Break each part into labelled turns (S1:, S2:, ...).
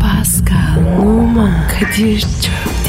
S1: Pascal, Oman, Kadir çok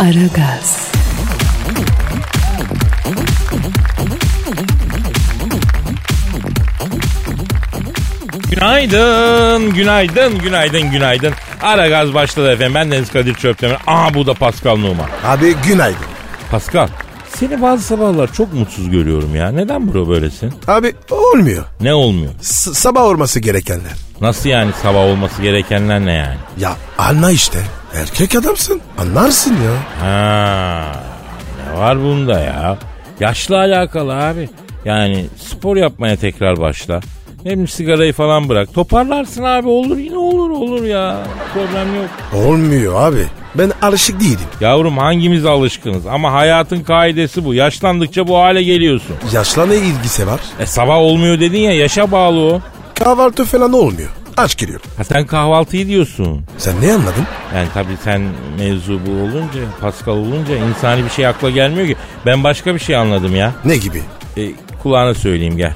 S1: Aragaz,
S2: Günaydın, günaydın, günaydın, günaydın. Ara gaz başladı efendim. Ben Deniz Kadir Çöptemir. Aa bu da Pascal Numa.
S3: Abi günaydın.
S2: Pascal, seni bazı sabahlar çok mutsuz görüyorum ya. Neden bro böylesin?
S3: Abi olmuyor.
S2: Ne olmuyor?
S3: S- sabah olması gerekenler.
S2: Nasıl yani sabah olması gerekenler ne yani?
S3: Ya anla işte. Erkek adamsın. Anlarsın ya.
S2: Ha, ne var bunda ya? Yaşla alakalı abi. Yani spor yapmaya tekrar başla. Ne bileyim sigarayı falan bırak. Toparlarsın abi olur yine olur olur ya. Problem yok.
S3: Olmuyor abi. Ben alışık değilim.
S2: Yavrum hangimiz alışkınız ama hayatın kaidesi bu. Yaşlandıkça bu hale geliyorsun.
S3: Yaşla ne ilgisi var?
S2: E sabah olmuyor dedin ya yaşa bağlı o.
S3: Kahvaltı falan olmuyor. Aç giriyorum.
S2: Ha sen kahvaltıyı diyorsun.
S3: Sen ne anladın?
S2: Yani tabii sen mevzu bu olunca, Pascal olunca insani bir şey akla gelmiyor ki. Ben başka bir şey anladım ya.
S3: Ne gibi?
S2: E, kulağına söyleyeyim gel.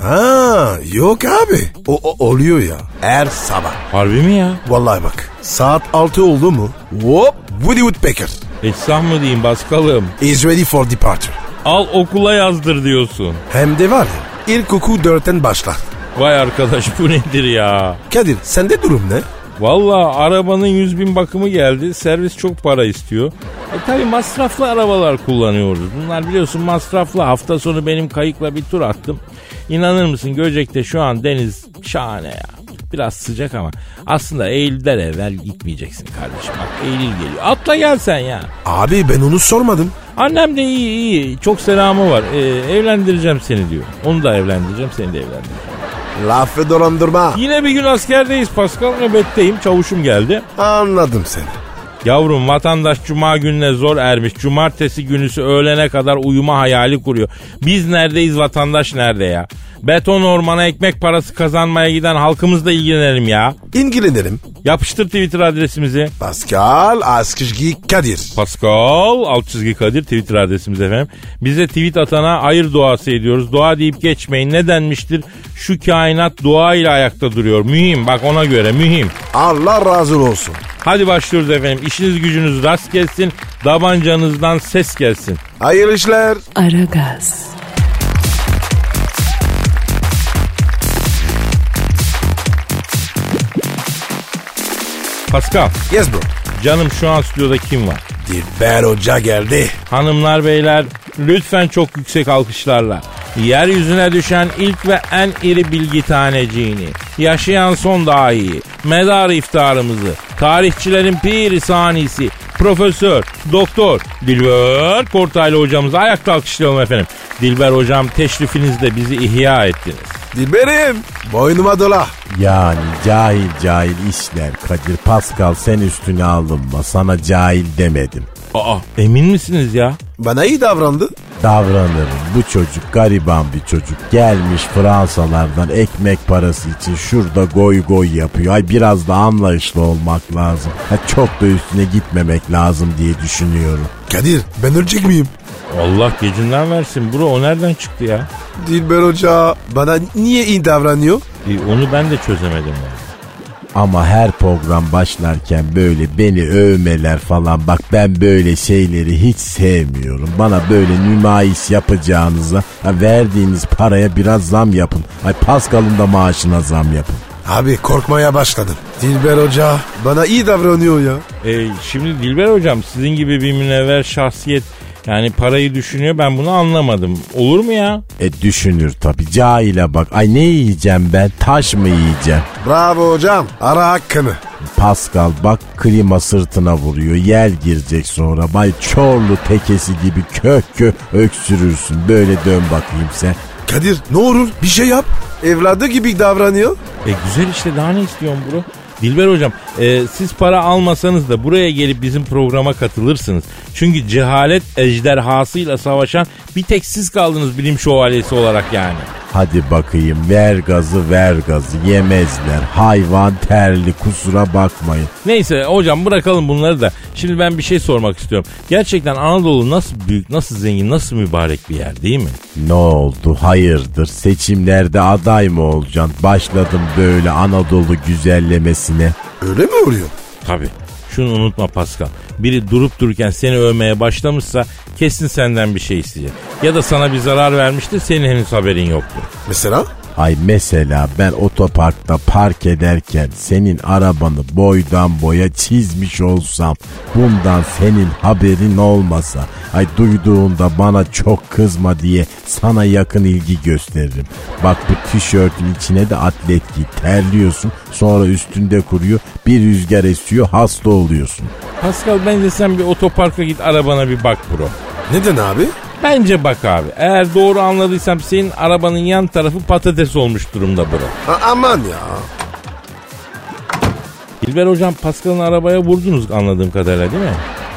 S3: Ha yok abi. O, o oluyor ya. Her sabah.
S2: Harbi mi ya?
S3: Vallahi bak. Saat 6 oldu mu? Hop. Woody Woodpecker
S2: Etsam mı diyeyim Pascal'ım?
S3: is ready for departure.
S2: Al okula yazdır diyorsun.
S3: Hem de var ya. İlkoku dörtten başlar.
S2: Vay arkadaş bu nedir ya?
S3: Kadir sende durum ne?
S2: Valla arabanın 100 bin bakımı geldi. Servis çok para istiyor. E tabi masraflı arabalar kullanıyoruz. Bunlar biliyorsun masraflı. Hafta sonu benim kayıkla bir tur attım. İnanır mısın Göcek'te şu an deniz şahane ya. Biraz sıcak ama aslında Eylül'den evvel gitmeyeceksin kardeşim. Bak Eylül geliyor. Atla gel sen ya.
S3: Abi ben onu sormadım.
S2: Annem de iyi iyi. Çok selamı var. E, evlendireceğim seni diyor. Onu da evlendireceğim seni de evlendireceğim.
S3: Lafı dolandırma.
S2: Yine bir gün askerdeyiz Pascal. Nöbetteyim. Çavuşum geldi.
S3: Anladım seni.
S2: Yavrum vatandaş cuma gününe zor ermiş. Cumartesi günüsü öğlene kadar uyuma hayali kuruyor. Biz neredeyiz vatandaş nerede ya? Beton ormana ekmek parası kazanmaya giden halkımızla ilgilenelim ya.
S3: İlgilenirim.
S2: Yapıştır Twitter adresimizi.
S3: Pascal Askışgi Kadir.
S2: Pascal alt çizgi Kadir Twitter adresimiz efendim. Bize tweet atana hayır duası ediyoruz. Dua deyip geçmeyin. Ne denmiştir? Şu kainat dua ile ayakta duruyor. Mühim bak ona göre mühim.
S3: Allah razı olsun.
S2: Hadi başlıyoruz efendim. İşiniz gücünüz rast gelsin. Davancanızdan ses gelsin.
S3: Hayırlı işler.
S1: Aragaz,
S2: Pascal
S3: Yes bro.
S2: canım şu an stüdyoda kim var?
S3: Dilber Hoca geldi.
S2: Hanımlar beyler lütfen çok yüksek alkışlarla yeryüzüne düşen ilk ve en iri bilgi taneciğini, yaşayan son dahiyi, medar iftarımızı, tarihçilerin piri sanisi, Profesör, Doktor Dilber Kortaylı hocamızı ayakta alkışlayalım efendim. Dilber hocam teşrifinizle bizi ihya ettiniz.
S3: Dilberim. Boynuma dola.
S4: Yani cahil cahil işler Kadir Pascal sen üstüne alınma sana cahil demedim.
S2: Aa emin misiniz ya?
S3: Bana iyi davrandı.
S4: Davranırım bu çocuk gariban bir çocuk gelmiş Fransalardan ekmek parası için şurada goy goy yapıyor. Ay biraz da anlayışlı olmak lazım. Ha, çok da üstüne gitmemek lazım diye düşünüyorum.
S3: Kadir ben ölecek miyim?
S2: Allah gecinden versin bro o nereden çıktı ya?
S3: Dilber Hoca bana niye iyi davranıyor?
S2: E, onu ben de çözemedim ya.
S4: Ama her program başlarken böyle beni övmeler falan bak ben böyle şeyleri hiç sevmiyorum. Bana böyle nümayiş yapacağınıza ha, verdiğiniz paraya biraz zam yapın. Ay Pascal'ın da maaşına zam yapın.
S3: Abi korkmaya başladım. Dilber Hoca bana iyi davranıyor ya.
S2: E, şimdi Dilber hocam sizin gibi bir münevver şahsiyet yani parayı düşünüyor ben bunu anlamadım. Olur mu ya?
S4: E düşünür tabi cahile bak. Ay ne yiyeceğim ben taş mı yiyeceğim?
S3: Bravo hocam. Ara hakkını.
S4: Pascal bak klima sırtına vuruyor. Yel girecek sonra. Bay Çorlu tekesi gibi kök kök öksürürsün. Böyle dön bakayım sen.
S3: Kadir ne olur bir şey yap. Evladı gibi davranıyor.
S2: E güzel işte daha ne istiyorsun bro? Dilber hocam e, siz para almasanız da buraya gelip bizim programa katılırsınız. Çünkü cehalet ejderhasıyla savaşan bir tek siz kaldınız bilim şövalyesi olarak yani.
S4: Hadi bakayım ver gazı ver gazı yemezler. Hayvan terli kusura bakmayın.
S2: Neyse hocam bırakalım bunları da. Şimdi ben bir şey sormak istiyorum. Gerçekten Anadolu nasıl büyük, nasıl zengin, nasıl mübarek bir yer değil mi?
S4: Ne oldu hayırdır seçimlerde aday mı olacaksın? Başladım böyle Anadolu güzellemesine.
S3: Öyle mi oluyor?
S2: Tabii. Şunu unutma Pascal. Biri durup dururken seni övmeye başlamışsa kesin senden bir şey isteyecek. Ya da sana bir zarar vermiştir senin henüz haberin yoktur.
S3: Mesela?
S4: Ay mesela ben otoparkta park ederken senin arabanı boydan boya çizmiş olsam bundan senin haberin olmasa ay duyduğunda bana çok kızma diye sana yakın ilgi gösteririm. Bak bu tişörtün içine de atlet giy terliyorsun sonra üstünde kuruyor bir rüzgar esiyor hasta oluyorsun.
S2: Pascal bence sen bir otoparka git arabana bir bak bro.
S3: Neden abi?
S2: Bence bak abi. Eğer doğru anladıysam senin arabanın yan tarafı patates olmuş durumda bro.
S3: A- aman ya.
S2: İlber hocam Pascal'ın arabaya vurdunuz anladığım kadarıyla değil mi?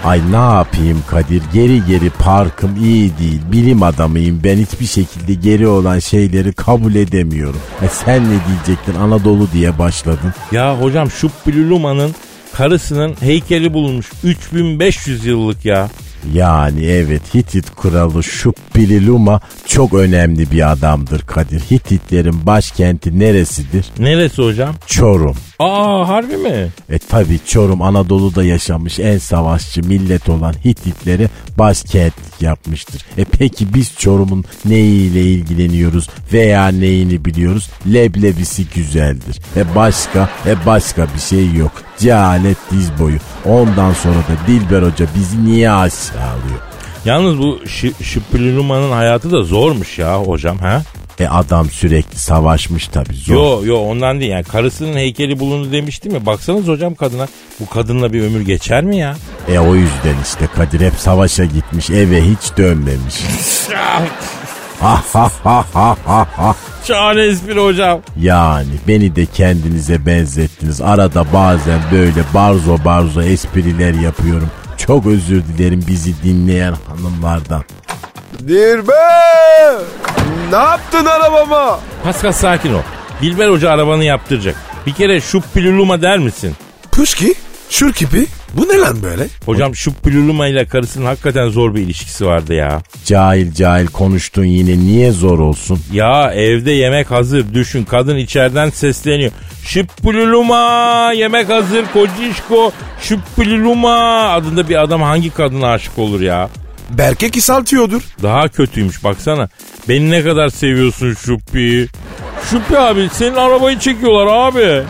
S4: Ay ne yapayım Kadir geri geri parkım iyi değil bilim adamıyım ben hiçbir şekilde geri olan şeyleri kabul edemiyorum. E sen ne diyecektin Anadolu diye başladın.
S2: Ya hocam Şubbiluluma'nın karısının heykeli bulunmuş. 3500 yıllık ya.
S4: Yani evet Hitit kralı Şubbililuma çok önemli bir adamdır Kadir. Hititlerin başkenti neresidir?
S2: Neresi hocam?
S4: Çorum.
S2: Aa harbi mi?
S4: E tabi Çorum Anadolu'da yaşamış en savaşçı millet olan Hititleri başkent yapmıştır. E peki biz Çorum'un neyiyle ilgileniyoruz veya neyini biliyoruz? Leblebisi güzeldir. E başka, e başka bir şey yok. Cehalet diz boyu. Ondan sonra da Dilber Hoca bizi niye aşağılıyor?
S2: Yalnız bu Şi- Şüphülüluma'nın hayatı da zormuş ya hocam ha?
S4: E adam sürekli savaşmış tabi zor.
S2: Yo yo ondan değil yani karısının heykeli bulundu demiştim ya. Baksanız hocam kadına bu kadınla bir ömür geçer mi ya?
S4: E o yüzden işte Kadir hep savaşa gitmiş eve hiç dönmemiş. Ha ha ha ha ha ha.
S2: Şahane espri hocam.
S4: Yani beni de kendinize benzettiniz. Arada bazen böyle barzo barzo espriler yapıyorum. Çok özür dilerim bizi dinleyen hanımlardan.
S3: Dirbe! Ne yaptın arabama?
S2: Pascal sakin ol. Dilber Hoca arabanı yaptıracak. Bir kere Şüphülüluma der misin?
S3: Puşki, şurkipi. Bu ne lan böyle?
S2: Hocam Şüphülüluma ile karısının hakikaten zor bir ilişkisi vardı ya.
S4: Cahil cahil konuştun yine niye zor olsun?
S2: Ya evde yemek hazır düşün kadın içeriden sesleniyor. Şüphülüluma yemek hazır kocişko şüphülüluma adında bir adam hangi kadına aşık olur ya?
S3: Berke kisaltıyordur.
S2: Daha kötüymüş baksana. Beni ne kadar seviyorsun Şüppi'yi. Şüppi abi senin arabayı çekiyorlar abi.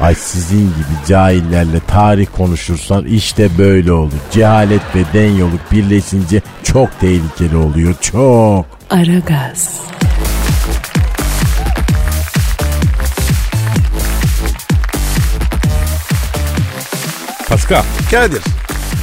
S4: Ay sizin gibi cahillerle tarih konuşursan işte böyle olur. Cehalet ve denyoluk birleşince çok tehlikeli oluyor çok.
S1: Aragaz,
S2: Pascal
S3: Kadir.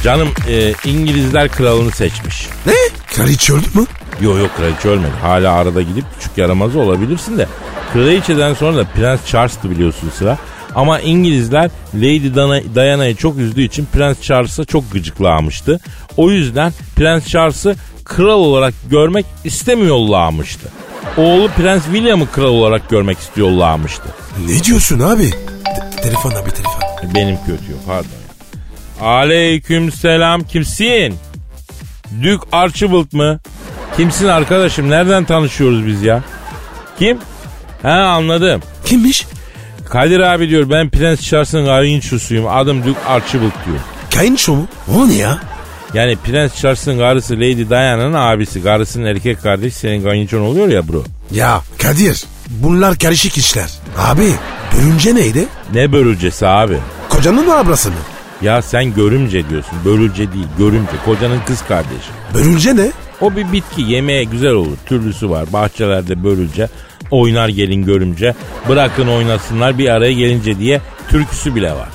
S2: canım e, İngilizler kralını seçmiş.
S3: Ne? Kraliçe öldü mü?
S2: Yok yok kraliçe ölmedi. Hala arada gidip küçük yaramaz olabilirsin de. Kraliçeden sonra da Prens Charles'tı biliyorsun sıra. Ama İngilizler Lady Dana- Diana'yı çok üzdüğü için Prens Charles'a çok gıcıklamıştı. O yüzden Prens Charles'ı kral olarak görmek istemiyorlarmıştı. Oğlu Prens William'ı kral olarak görmek istiyorlarmıştı.
S3: Ne diyorsun abi? Te- telefon abi telefon.
S2: Benim kötü yok pardon. Aleyküm selam kimsin? Dük Archibald mı? Kimsin arkadaşım nereden tanışıyoruz biz ya? Kim? He anladım.
S3: Kimmiş?
S2: Kadir abi diyor ben Prens Charles'ın garınçosuyum. Adım Dük Archibald diyor.
S3: Kayınço mu? O ne ya?
S2: Yani Prens Charles'ın karısı Lady Diana'nın abisi. Karısının erkek kardeşi senin garınçon oluyor ya bro.
S3: Ya Kadir bunlar karışık işler. Abi bölünce neydi?
S2: Ne bölücesi abi?
S3: Kocanın ablası mı?
S2: Ya sen görümce diyorsun. Bölücü değil görümce. Kocanın kız kardeşi.
S3: Bölünce ne?
S2: O bir bitki yemeğe güzel olur. Türlüsü var. Bahçelerde bölünce oynar gelin görümce. Bırakın oynasınlar bir araya gelince diye türküsü bile var.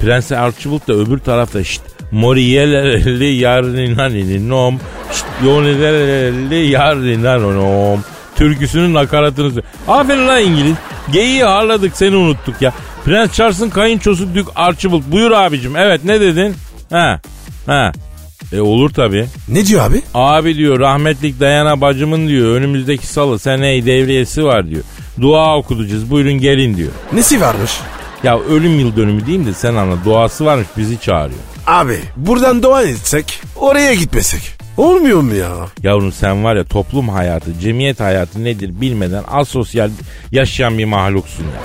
S2: Prens Archibald da öbür tarafta şşt Moriyeleleli yarrinanini nom şşt yonileleli yarrinanonom türküsünün nakaratını sö- Aferin lan İngiliz. Geyiği harladık seni unuttuk ya. Prens Charles'ın kayınçosu Dük Archibald. Buyur abicim. Evet ne dedin? Ha. Ha. E olur tabii.
S3: Ne diyor abi?
S2: Abi diyor rahmetlik Dayana bacımın diyor önümüzdeki salı seneye devriyesi var diyor. Dua okutacağız buyurun gelin diyor.
S3: Nesi varmış?
S2: Ya ölüm yıl dönümü diyeyim de sen anla duası varmış bizi çağırıyor.
S3: Abi buradan dua etsek oraya gitmesek. Olmuyor mu ya?
S2: Yavrum sen var ya toplum hayatı, cemiyet hayatı nedir bilmeden asosyal yaşayan bir mahluksun ya.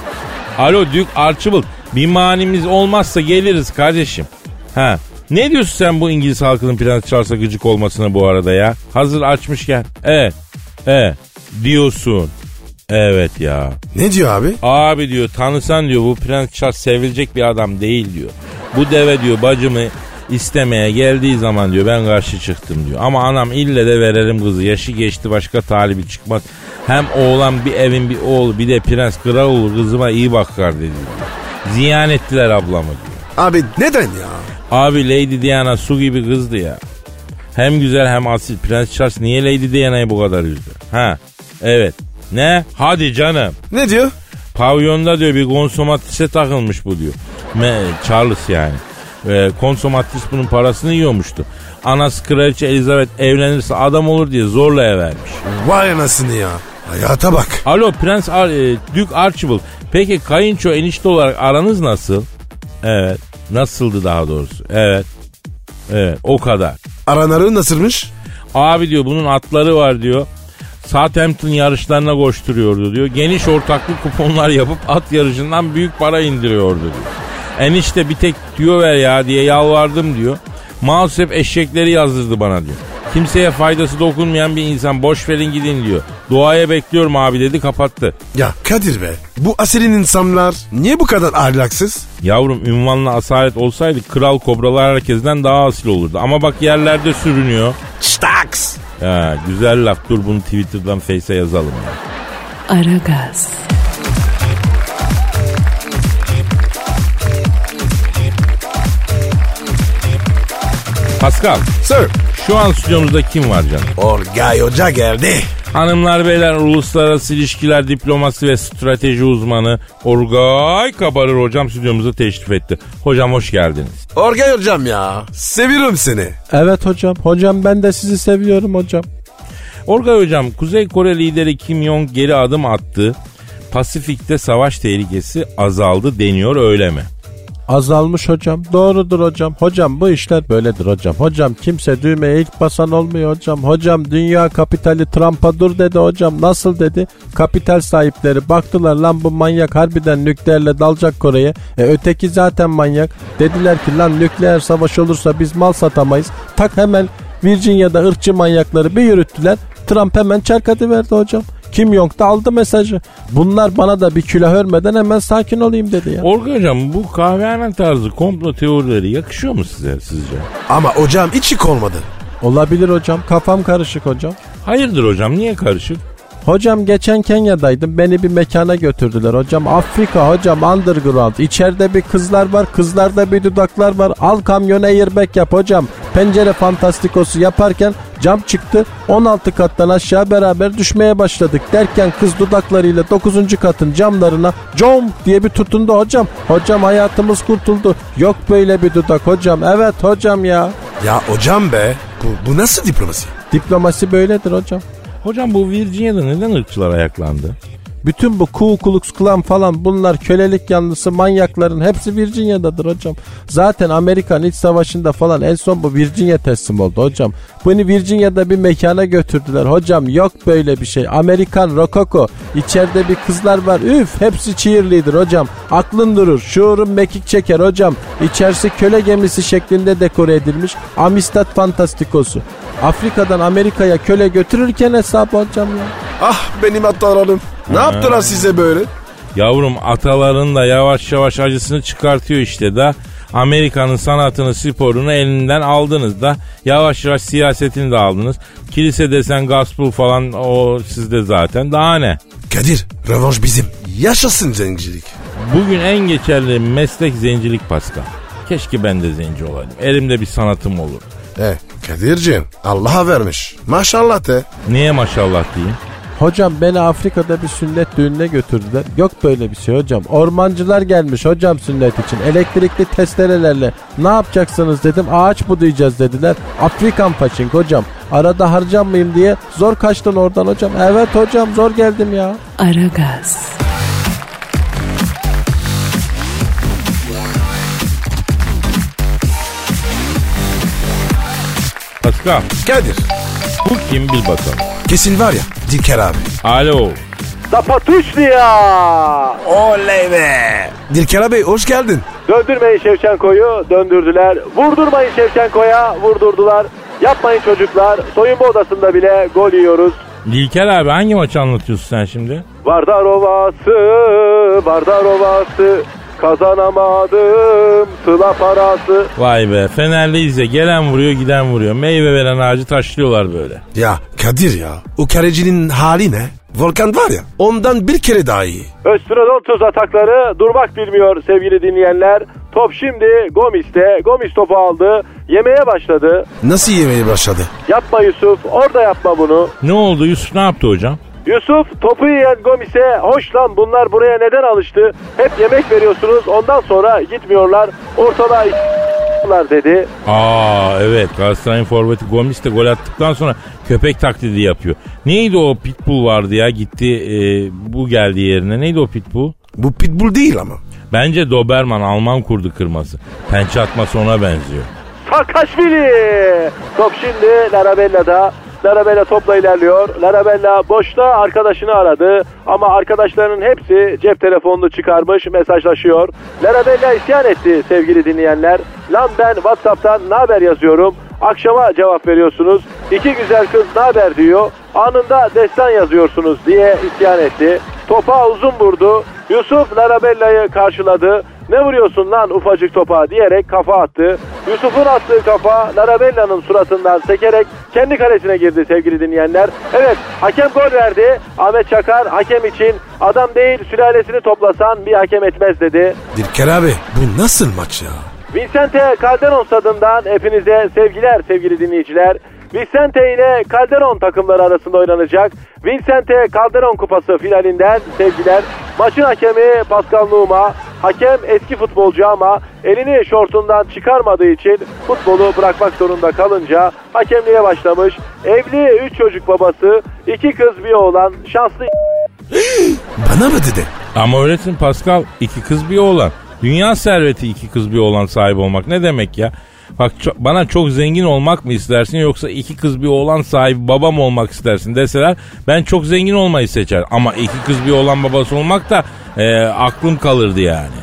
S2: Alo Dük Archibald bir manimiz olmazsa geliriz kardeşim. Ha ne diyorsun sen bu İngiliz halkının Prens Charles'a gıcık olmasına bu arada ya? Hazır açmışken. Evet. Evet. Diyorsun. Evet ya.
S3: Ne diyor abi?
S2: Abi diyor tanısan diyor bu Prens Charles sevilecek bir adam değil diyor. Bu deve diyor bacımı istemeye geldiği zaman diyor ben karşı çıktım diyor. Ama anam ille de verelim kızı yaşı geçti başka talibi çıkmaz. Hem oğlan bir evin bir oğlu bir de prens kral olur kızıma iyi bakar dedi. diyor. Ziyan ettiler ablamı diyor.
S3: Abi neden ya?
S2: Abi Lady Diana su gibi kızdı ya. Hem güzel hem asil. Prens Charles niye Lady Diana'yı bu kadar üzdü? Ha evet. Ne? Hadi canım.
S3: Ne diyor?
S2: Pavyonda diyor bir konsomatrise takılmış bu diyor. Me, Charles yani. E, konsomatris bunun parasını yiyormuştu. Anası kraliçe Elizabeth evlenirse adam olur diye zorla vermiş.
S3: Vay anasını ya. Hayata bak.
S2: Alo Prens Ar e, Duke Archibald. Peki kayınço enişte olarak aranız nasıl? Evet. Nasıldı daha doğrusu? Evet. Evet o kadar.
S3: Aranarı nasılmış?
S2: Abi diyor bunun atları var diyor. Southampton yarışlarına koşturuyordu diyor. Geniş ortaklı kuponlar yapıp at yarışından büyük para indiriyordu diyor. Enişte bir tek tüyo ver ya diye yalvardım diyor. Maalesef eşekleri yazdırdı bana diyor. Kimseye faydası dokunmayan bir insan boş verin gidin diyor. Duaya bekliyorum abi dedi kapattı.
S3: Ya Kadir be bu asilin insanlar niye bu kadar ahlaksız?
S2: Yavrum ünvanla asalet olsaydı kral kobralar herkesten daha asil olurdu. Ama bak yerlerde sürünüyor.
S3: Staks.
S2: Ha, güzel laf dur bunu Twitter'dan Face'e yazalım ya.
S1: Aragaz,
S2: Pascal
S3: Sir.
S2: şu an stüdyomuzda kim var canım?
S3: Orgay Hoca geldi.
S2: Hanımlar beyler uluslararası ilişkiler diplomasi ve strateji uzmanı Orgay Kabarır hocam stüdyomuza teşrif etti. Hocam hoş geldiniz.
S3: Orgay Hocam ya. Seviyorum seni.
S4: Evet hocam. Hocam ben de sizi seviyorum hocam.
S2: Orgay hocam Kuzey Kore lideri Kim Jong geri adım attı. Pasifik'te savaş tehlikesi azaldı deniyor öyle mi?
S4: Azalmış hocam. Doğrudur hocam. Hocam bu işler böyledir hocam. Hocam kimse düğmeye ilk basan olmuyor hocam. Hocam dünya kapitali Trump'a dur dedi hocam. Nasıl dedi? Kapital sahipleri baktılar lan bu manyak harbiden nükleerle dalacak Kore'ye. E öteki zaten manyak. Dediler ki lan nükleer savaş olursa biz mal satamayız. Tak hemen Virginia'da ırkçı manyakları bir yürüttüler. Trump hemen çarkadı verdi hocam. Kim Jong da aldı mesajı. Bunlar bana da bir külah örmeden hemen sakin olayım dedi ya.
S2: Orgay hocam bu kahvehane tarzı komplo teorileri yakışıyor mu size sizce?
S3: Ama hocam hiç yık olmadı.
S4: Olabilir hocam. Kafam karışık hocam.
S2: Hayırdır hocam niye karışık?
S4: Hocam geçen Kenya'daydım. Beni bir mekana götürdüler hocam. Afrika hocam underground. İçeride bir kızlar var. Kızlarda bir dudaklar var. Al kamyona airbag yap hocam. Pencere fantastikosu yaparken cam çıktı. 16 kattan aşağı beraber düşmeye başladık. Derken kız dudaklarıyla 9. katın camlarına com diye bir tutundu hocam. Hocam hayatımız kurtuldu. Yok böyle bir dudak hocam. Evet hocam ya.
S3: Ya hocam be. Bu, bu nasıl diplomasi?
S4: Diplomasi böyledir hocam.
S2: Hocam bu Virginia'da neden ırkçılar ayaklandı?
S4: Bütün bu Ku Klux Klan falan bunlar kölelik yanlısı manyakların hepsi Virginia'dadır hocam. Zaten Amerikan İç Savaşı'nda falan en son bu Virginia teslim oldu hocam. Bunu Virginia'da bir mekana götürdüler hocam yok böyle bir şey. Amerikan Rokoko içeride bir kızlar var üf hepsi cheerleader hocam. Aklın durur şuurun mekik çeker hocam. İçerisi köle gemisi şeklinde dekore edilmiş Amistad Fantastikosu. Afrika'dan Amerika'ya köle götürürken hesap hocam ya.
S3: Ah benim hatalarım. Ne yaptılar size böyle?
S2: Yavrum ataların da yavaş yavaş acısını çıkartıyor işte da Amerika'nın sanatını, sporunu elinden aldınız da yavaş yavaş siyasetini de aldınız. Kilise desen gospel falan o sizde zaten. Daha ne?
S3: Kadir revanş bizim. Yaşasın zencilik.
S2: Bugün en geçerli meslek zencilik Pascal. Keşke ben de zenci olaydım. Elimde bir sanatım olur.
S3: E Kadir'cim Allah'a vermiş. Maşallah de.
S2: Niye maşallah diyeyim?
S4: Hocam beni Afrika'da bir sünnet düğününe götürdüler. Yok böyle bir şey hocam. Ormancılar gelmiş hocam sünnet için. Elektrikli testerelerle. Ne yapacaksınız dedim. Ağaç budayacağız dediler. Afrikan paçink hocam. Arada harcanmayayım diye zor kaçtın oradan hocam. Evet hocam zor geldim ya.
S1: Aragaz,
S2: Pascal
S3: Kadir.
S2: bu kim bil bakalım.
S3: Kesin var ya. Dilker abi.
S2: Alo.
S5: Zapatuşlu ya.
S3: Oley be. Dilker abi hoş geldin.
S5: Döndürmeyin Şevçenko'yu döndürdüler. Vurdurmayın Şevçenko'ya vurdurdular. Yapmayın çocuklar. Soyunma odasında bile gol yiyoruz.
S2: Dilker abi hangi maçı anlatıyorsun sen şimdi?
S5: Vardarovası, Vardarovası. Kazanamadım sıla parası.
S2: Vay be Fenerliyiz ya gelen vuruyor giden vuruyor. Meyve veren ağacı taşlıyorlar böyle.
S3: Ya Kadir ya. O kalecinin hali ne? Volkan var ya. Ondan bir kere daha iyi.
S5: Östrodontus atakları durmak bilmiyor sevgili dinleyenler. Top şimdi Gomis'te. Gomis topu aldı. Yemeye başladı.
S3: Nasıl yemeye başladı?
S5: Yapma Yusuf. Orada yapma bunu.
S2: Ne oldu Yusuf ne yaptı hocam?
S5: Yusuf topu yiyen Gomis'e hoş lan bunlar buraya neden alıştı? Hep yemek veriyorsunuz ondan sonra gitmiyorlar. Ortada ***lar dedi.
S2: Aa evet Galatasaray'ın forveti Gomis de gol attıktan sonra köpek taklidi yapıyor. Neydi o pitbull vardı ya gitti e, bu geldi yerine. Neydi o pitbull?
S3: Bu pitbull değil ama.
S2: Bence Doberman Alman kurdu kırması. Pençe atması ona benziyor.
S5: Sakaşvili! Top şimdi Larabella'da. Larabella topla ilerliyor. Larabella boşta arkadaşını aradı. Ama arkadaşlarının hepsi cep telefonunu çıkarmış mesajlaşıyor. Larabella isyan etti sevgili dinleyenler. Lan ben Whatsapp'tan naber yazıyorum. Akşama cevap veriyorsunuz. İki güzel kız naber diyor. Anında destan yazıyorsunuz diye isyan etti. Topa uzun vurdu. Yusuf Larabella'yı karşıladı. Ne vuruyorsun lan ufacık topa diyerek kafa attı. Yusuf'un attığı kafa Larabella'nın suratından sekerek kendi kalesine girdi sevgili dinleyenler. Evet hakem gol verdi. Ahmet Çakar hakem için adam değil sülalesini toplasan bir hakem etmez dedi.
S3: Dilker abi bu nasıl maç ya?
S5: Vicente Calderon stadından hepinize sevgiler sevgili dinleyiciler. Vicente ile Calderon takımları arasında oynanacak Vicente Calderon Kupası finalinden sevgiler. Maçın hakemi Pascal Numa. Hakem eski futbolcu ama elini şortundan çıkarmadığı için futbolu bırakmak zorunda kalınca hakemliğe başlamış. Evli 3 çocuk babası, 2 kız bir oğlan şanslı
S3: Bana mı dedi?
S2: Ama öğretin Pascal iki kız bir oğlan. Dünya serveti iki kız bir oğlan sahibi olmak ne demek ya? Bak ço- bana çok zengin olmak mı istersin yoksa iki kız bir oğlan sahibi babam olmak istersin deseler ben çok zengin olmayı seçer. Ama iki kız bir oğlan babası olmak da e, aklım kalırdı yani.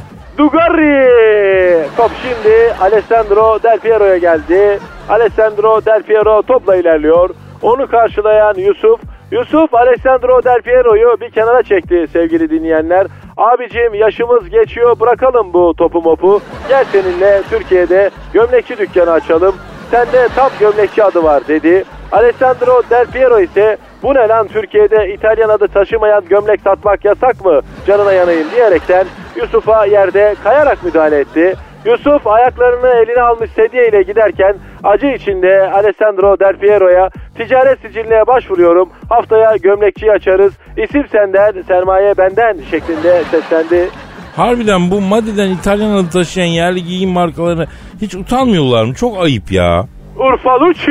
S5: Dugarri! Top şimdi Alessandro Del Piero'ya geldi. Alessandro Del Piero topla ilerliyor. Onu karşılayan Yusuf. Yusuf Alessandro Del Piero'yu bir kenara çekti sevgili dinleyenler. Abicim yaşımız geçiyor bırakalım bu topu mopu. Gel seninle Türkiye'de gömlekçi dükkanı açalım. Sende tam gömlekçi adı var dedi. Alessandro Del Piero ise bu ne lan Türkiye'de İtalyan adı taşımayan gömlek satmak yasak mı canına yanayım diyerekten Yusuf'a yerde kayarak müdahale etti. Yusuf ayaklarını eline almış sedye ile giderken acı içinde Alessandro Del Piero'ya ticaret siciline başvuruyorum haftaya gömlekçi açarız isim senden sermaye benden şeklinde seslendi.
S2: Harbiden bu Madi'den İtalyan adı taşıyan yerli giyim markalarına hiç utanmıyorlar mı? Çok ayıp ya.
S5: Urfa Lucci!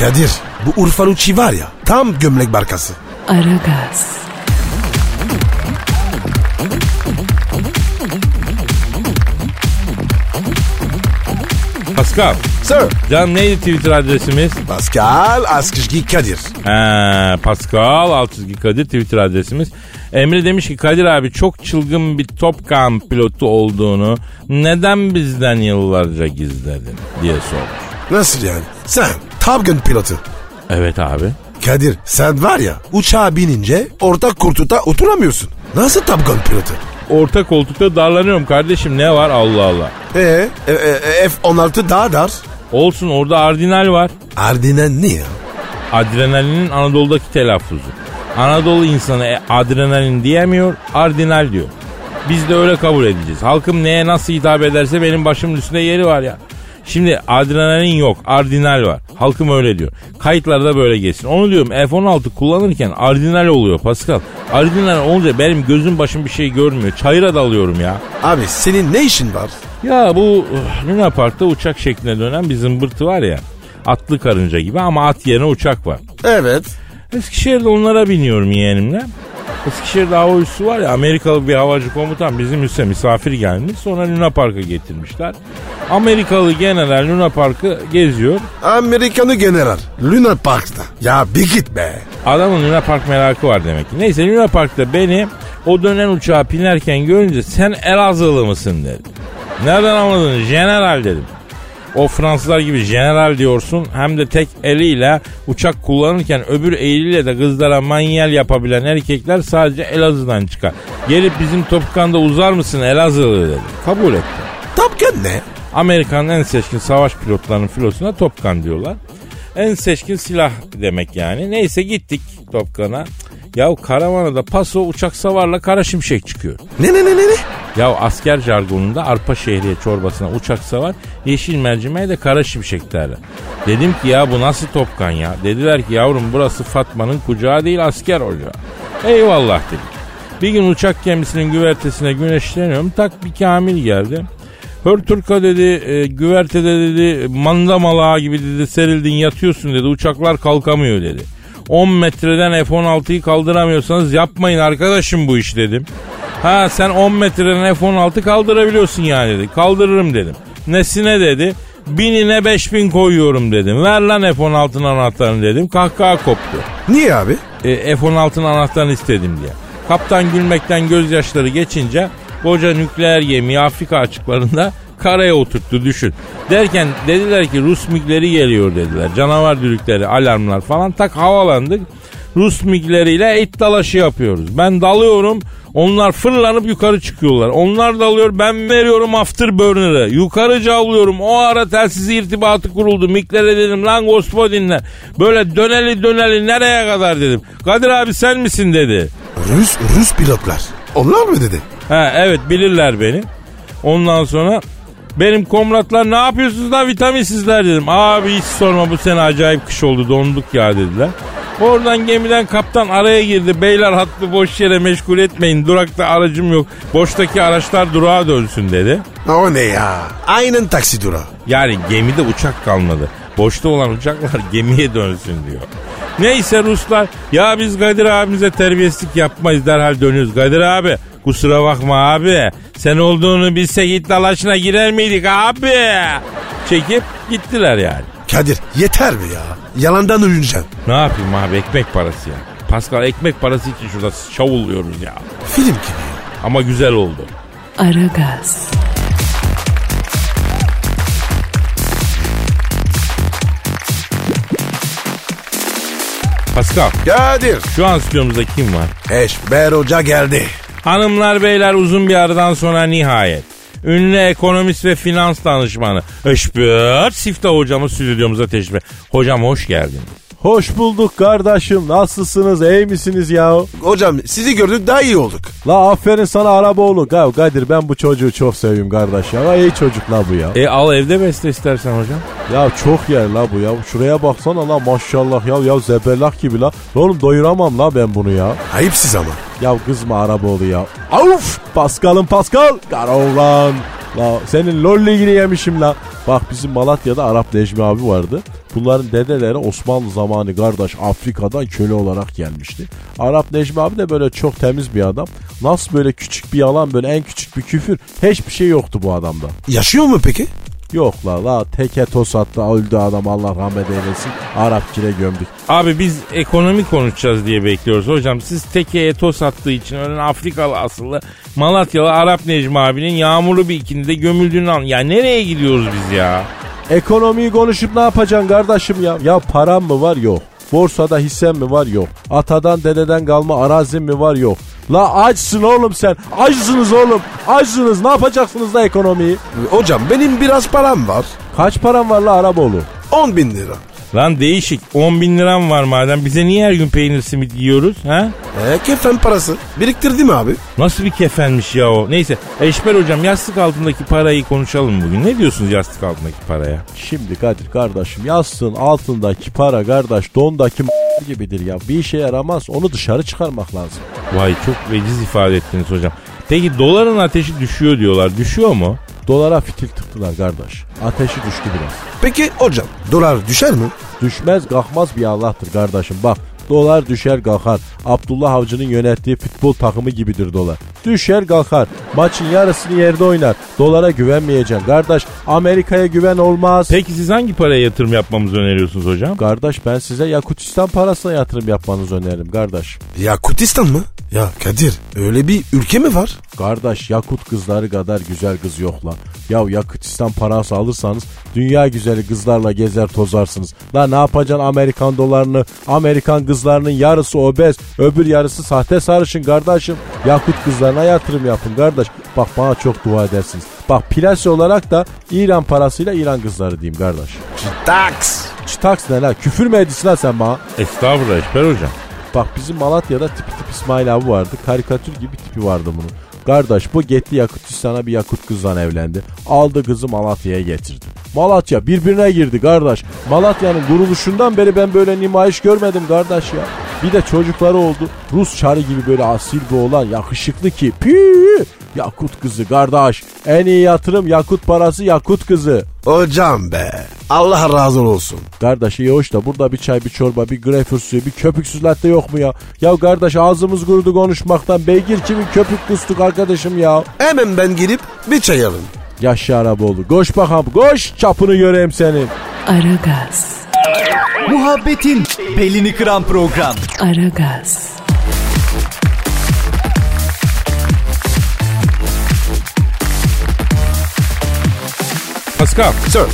S3: Kadir bu Urfa Lucci var ya tam gömlek markası.
S1: Aragaz,
S2: Pascal,
S3: Sir.
S2: canım neydi Twitter adresimiz?
S3: Pascal Askışgi Kadir.
S2: He, Pascal Altçizgi Kadir Twitter adresimiz. Emre demiş ki Kadir abi çok çılgın bir Top Gun pilotu olduğunu neden bizden yıllarca gizledin diye sormuş.
S3: Nasıl yani? Sen Top Gun pilotu.
S2: Evet abi.
S3: Kadir sen var ya uçağa binince orta koltukta oturamıyorsun. Nasıl Top Gun pilotu?
S2: Orta koltukta darlanıyorum kardeşim ne var Allah Allah.
S3: Ee, e, e, e, F-16 daha dar.
S2: Olsun orada Ardinal var.
S3: Ardinen ne ya?
S2: Adrenalinin Anadolu'daki telaffuzu. Anadolu insanı e, adrenalin diyemiyor, ardinal diyor. Biz de öyle kabul edeceğiz. Halkım neye nasıl hitap ederse benim başımın üstünde yeri var ya. Şimdi adrenalin yok. Ardinal var. Halkım öyle diyor. Kayıtlarda böyle geçsin. Onu diyorum F-16 kullanırken ardinal oluyor Pascal. Ardinal olunca benim gözüm başım bir şey görmüyor. Çayıra dalıyorum ya.
S3: Abi senin ne işin var?
S2: Ya bu üf, Luna Park'ta uçak şekline dönen bir zımbırtı var ya. Atlı karınca gibi ama at yerine uçak var.
S3: Evet.
S2: Eskişehir'de onlara biniyorum yeğenimle. Eskişehir'de hava üssü var ya Amerikalı bir havacı komutan bizim üsse misafir gelmiş. Sonra Luna Park'a getirmişler. Amerikalı general Luna Park'ı geziyor.
S3: Amerikanı general. Luna Park'ta. Ya bir git be.
S2: Adamın Luna Park merakı var demek ki. Neyse Luna Park'ta beni o dönen uçağa binerken görünce sen Elazığlı mısın dedi. Nereden anladın? General dedim. O Fransızlar gibi general diyorsun hem de tek eliyle uçak kullanırken öbür eliyle de kızlara manyel yapabilen erkekler sadece Elazığ'dan çıkar. Gelip bizim Topkan'da uzar mısın Elazığlı dedi. Kabul etti.
S3: Tapken ne?
S2: Amerika'nın en seçkin savaş pilotlarının filosuna Topkan diyorlar. En seçkin silah demek yani. Neyse gittik Topkan'a. Ya Karamana'da paso uçak savarla kara şimşek çıkıyor.
S3: Ne ne ne ne ne?
S2: Ya asker jargonunda arpa şehriye çorbasına uçak savar, yeşil mercimeğe de kara şimşek derler. Dedim ki ya bu nasıl Topkan ya? Dediler ki yavrum burası Fatma'nın kucağı değil asker ocağı. Eyvallah dedim. Bir gün uçak gemisinin güvertesine güneşleniyorum. Tak bir Kamil geldi. Hörtürka dedi, e, güvertede dedi, manda malağı gibi dedi, serildin yatıyorsun dedi, uçaklar kalkamıyor dedi. 10 metreden F-16'yı kaldıramıyorsanız yapmayın arkadaşım bu iş dedim. Ha sen 10 metreden F-16 kaldırabiliyorsun yani dedi. Kaldırırım dedim. Nesine dedi? Binine 5000 koyuyorum dedim. Ver lan F-16'nın anahtarını dedim. Kahkaha koptu
S3: Niye abi?
S2: e, F-16'nın anahtarını istedim diye. Kaptan gülmekten gözyaşları geçince koca nükleer gemiyi Afrika açıklarında karaya oturttu düşün. Derken dediler ki Rus migleri geliyor dediler. Canavar düdükleri, alarmlar falan tak havalandık. Rus migleriyle it dalaşı yapıyoruz. Ben dalıyorum onlar fırlanıp yukarı çıkıyorlar. Onlar dalıyor ben veriyorum afterburner'ı. Yukarı cavlıyorum. O ara telsiz irtibatı kuruldu. Miklere dedim lan gospodinler. Böyle döneli döneli nereye kadar dedim. Kadir abi sen misin dedi.
S3: Rus, Rus pilotlar. Onlar mı dedi?
S2: Ha evet bilirler beni. Ondan sonra benim komratlar ne yapıyorsunuz lan vitaminsizler dedim. Abi hiç sorma bu sene acayip kış oldu donduk ya dediler. Oradan gemiden kaptan araya girdi. Beyler hattı boş yere meşgul etmeyin. Durakta aracım yok. Boştaki araçlar durağa dönsün dedi.
S3: O ne ya? Aynen taksi durağı.
S2: Yani gemide uçak kalmadı. Boşta olan uçaklar gemiye dönsün diyor. Neyse Ruslar ya biz Kadir abimize terbiyesizlik yapmayız derhal dönüyoruz. Kadir abi kusura bakma abi. Sen olduğunu bilsek iddialaşına girer miydik abi? Çekip gittiler yani.
S3: Kadir yeter mi ya? Yalandan uyuyacaksın.
S2: Ne yapayım abi ekmek parası ya. Pascal ekmek parası için şurada şavuluyoruz ya.
S3: Film gibi. ya.
S2: Ama güzel oldu.
S1: Aragaz,
S2: Pascal
S3: Kadir.
S2: şu an stüdyomuzda kim var?
S3: Eşber Hoca geldi.
S2: Hanımlar beyler uzun bir aradan sonra nihayet. Ünlü ekonomist ve finans danışmanı Eşber Siftah hocamı stüdyomuza teşrif et- Hocam hoş geldin.
S4: Hoş bulduk kardeşim. Nasılsınız? iyi misiniz ya?
S3: Hocam sizi gördük daha iyi olduk.
S4: La aferin sana araba oğlu. Ya Kadir ben bu çocuğu çok seviyorum kardeş ya. İyi çocuk la bu ya.
S2: E al evde besle istersen hocam.
S4: Ya çok yer la bu ya. Şuraya baksana la maşallah ya. Ya zebellak gibi la. Oğlum doyuramam la ben bunu ya.
S3: Ayıpsız ama.
S4: Ya kızma araba oğlu ya. Avuf! Paskal'ın Paskal! Karovlan! La senin lolle ilgili yemişim la. Bak bizim Malatya'da Arap Necmi abi vardı. Bunların dedeleri Osmanlı zamanı kardeş Afrika'dan köle olarak gelmişti. Arap Necmi abi de böyle çok temiz bir adam. Nasıl böyle küçük bir yalan böyle en küçük bir küfür hiçbir şey yoktu bu adamda.
S3: Yaşıyor mu peki?
S4: Yok la la teke tos attı öldü adam Allah rahmet eylesin. Arap kire gömdük.
S2: Abi biz ekonomi konuşacağız diye bekliyoruz hocam. Siz tekeye toz attığı için öyle Afrikalı asıllı Malatyalı Arap Necmi abinin yağmurlu bir ikindide gömüldüğünü an. Ya nereye gidiyoruz biz ya?
S4: Ekonomiyi konuşup ne yapacaksın kardeşim ya? Ya param mı var? Yok. Borsada hissen mi var? Yok. Atadan dededen kalma arazin mi var? Yok. La açsın oğlum sen. Açsınız oğlum. Açsınız. Ne yapacaksınız da ekonomiyi?
S3: Hocam benim biraz param var.
S4: Kaç param var la Araboğlu?
S3: 10 bin lira.
S2: Lan değişik 10 bin liram var madem bize niye her gün peynir simit yiyoruz ha?
S3: E kefen parası. Biriktirdim abi.
S2: Nasıl bir kefenmiş ya o? Neyse Eşber hocam yastık altındaki parayı konuşalım bugün. Ne diyorsunuz yastık altındaki paraya?
S4: Şimdi Kadir kardeşim yazsın altındaki para kardeş dondaki m- gibidir ya. Bir işe yaramaz onu dışarı çıkarmak lazım.
S2: Vay çok veciz ifade ettiniz hocam. Peki doların ateşi düşüyor diyorlar. Düşüyor mu?
S4: Dolara fitil tıktılar kardeş. Ateşi düştü biraz.
S3: Peki hocam dolar düşer mi?
S4: Düşmez kalkmaz bir Allah'tır kardeşim bak. Dolar düşer kalkar. Abdullah Avcı'nın yönettiği futbol takımı gibidir dolar. Düşer kalkar. Maçın yarısını yerde oynar. Dolara güvenmeyeceksin kardeş. Amerika'ya güven olmaz.
S2: Peki siz hangi paraya yatırım yapmamızı öneriyorsunuz hocam?
S4: Kardeş ben size Yakutistan parasına yatırım yapmanızı öneririm kardeş.
S3: Ya Kutistan mı? Ya Kadir öyle bir ülke mi var?
S4: Kardeş Yakut kızları kadar güzel kız yok lan. Ya Yakutistan parası alırsanız dünya güzeli kızlarla gezer tozarsınız. La ne yapacaksın Amerikan dolarını? Amerikan kızlarının yarısı obez, öbür yarısı sahte sarışın kardeşim. Yakut kızlarına yatırım yapın kardeş. Bak bana çok dua edersiniz. Bak plase olarak da İran parasıyla İran kızları diyeyim kardeş.
S3: Tax.
S4: Çıtaks ne la? Küfür mü ediyorsun lan sen bana?
S2: Estağfurullah Eşber hocam.
S4: Bak bizim Malatya'da tipi tip İsmail abi vardı. Karikatür gibi tipi vardı bunun. Kardeş bu gitti Yakutistan'a bir Yakut kızla evlendi. Aldı kızı Malatya'ya getirdi. Malatya birbirine girdi kardeş. Malatya'nın kuruluşundan beri ben böyle nimayiş görmedim kardeş ya. Bir de çocukları oldu. Rus çarı gibi böyle asil bir olan yakışıklı ki. Püü! Yakut kızı kardeş. En iyi yatırım Yakut parası Yakut kızı.
S3: Hocam be. Allah razı olsun.
S4: Kardeş iyi hoş da burada bir çay bir çorba bir greyfurt suyu bir köpüksüz latte yok mu ya? Ya kardeş ağzımız kurudu konuşmaktan beygir gibi köpük kustuk arkadaşım ya.
S3: Hemen ben girip bir çay alayım.
S4: Yaşlı Araboğlu koş bakalım koş çapını göreyim senin.
S1: Aragaz,
S6: Muhabbetin belini kıran program.
S1: Aragaz,
S2: Pascal
S3: Sir.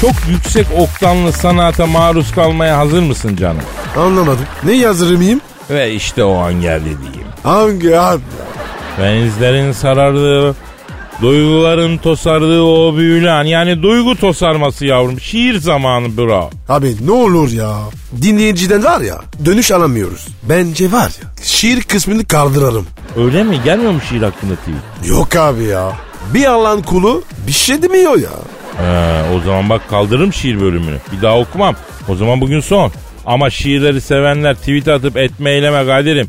S2: çok yüksek oktanlı sanata maruz kalmaya hazır mısın canım?
S3: Anlamadım. Ne yazır mıyım?
S2: Ve işte o an geldi diyeyim.
S3: Hangi abi?
S2: Benizlerin sarardığı, duyguların tosardığı o büyülü an. Yani duygu tosarması yavrum. Şiir zamanı bro.
S3: Abi ne olur ya. Dinleyiciden var ya dönüş alamıyoruz. Bence var ya şiir kısmını kaldıralım.
S2: Öyle mi? Gelmiyor mu şiir hakkında tweet?
S3: Yok abi ya. Bir Allah'ın kulu bir şey demiyor ya.
S2: He, o zaman bak kaldırırım şiir bölümünü. Bir daha okumam. O zaman bugün son. Ama şiirleri sevenler tweet atıp etme eyleme kaderim.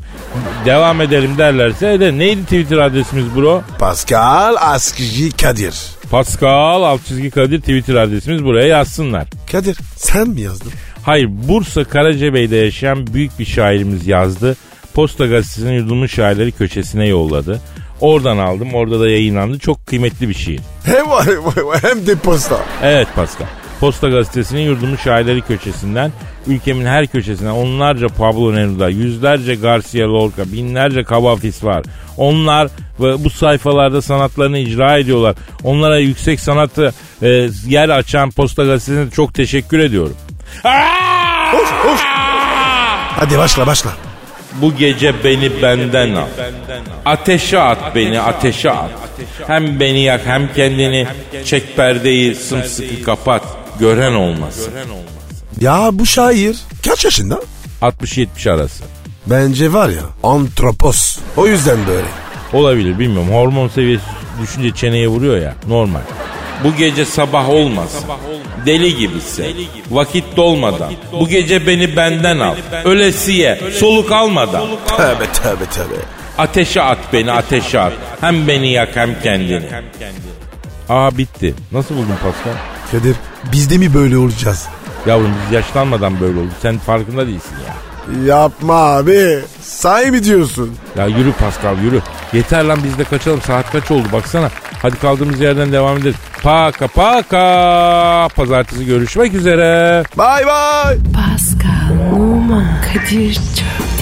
S2: Devam edelim derlerse eder. Neydi Twitter adresimiz bro?
S3: Pascal Askıcı Kadir.
S2: Pascal alt çizgi Kadir Twitter adresimiz buraya yazsınlar.
S3: Kadir sen mi yazdın?
S2: Hayır Bursa Karacabey'de yaşayan büyük bir şairimiz yazdı. Posta gazetesinin yudumlu şairleri köşesine yolladı. Oradan aldım orada da yayınlandı. Çok kıymetli bir şiir.
S3: Hem var hem, hem de posta.
S2: Evet Pascal. Posta gazetesinin yurdumun şairleri köşesinden, ülkemin her köşesinden onlarca Pablo Neruda, yüzlerce Garcia Lorca, binlerce Kabafis var. Onlar ve bu sayfalarda sanatlarını icra ediyorlar. Onlara yüksek sanatı e, yer açan Posta gazetesine çok teşekkür ediyorum.
S3: Hadi başla başla.
S2: Bu gece beni benden al. Ateşe at beni ateşe at. Hem beni yak hem kendini çek perdeyi sımsıkı kapat. Gören olmasın.
S3: Ya bu şair kaç yaşında?
S2: 60-70 arası.
S3: Bence var ya antropos. O yüzden böyle.
S2: Olabilir bilmiyorum. Hormon seviyesi düşünce çeneye vuruyor ya. Normal. Bu gece sabah olmasın. Deli gibisi. Vakit dolmadan. Bu gece beni benden al. Ölesiye. Soluk almadan.
S3: Tövbe tövbe tövbe.
S2: Ateşe at beni ateşe at. Hem beni yak hem kendini. Aa bitti. Nasıl buldun Pascal?
S3: Kadir biz de mi böyle olacağız?
S2: Yavrum biz yaşlanmadan böyle oldu. Sen farkında değilsin ya.
S3: Yapma abi. Sahi mi diyorsun?
S2: Ya yürü Pascal yürü. Yeter lan biz de kaçalım. Saat kaç oldu baksana. Hadi kaldığımız yerden devam ederiz. Paka paka. Pazartesi görüşmek üzere.
S3: Bay bay.
S1: Pascal, Oman, Kadir çok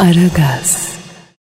S1: Aragaz.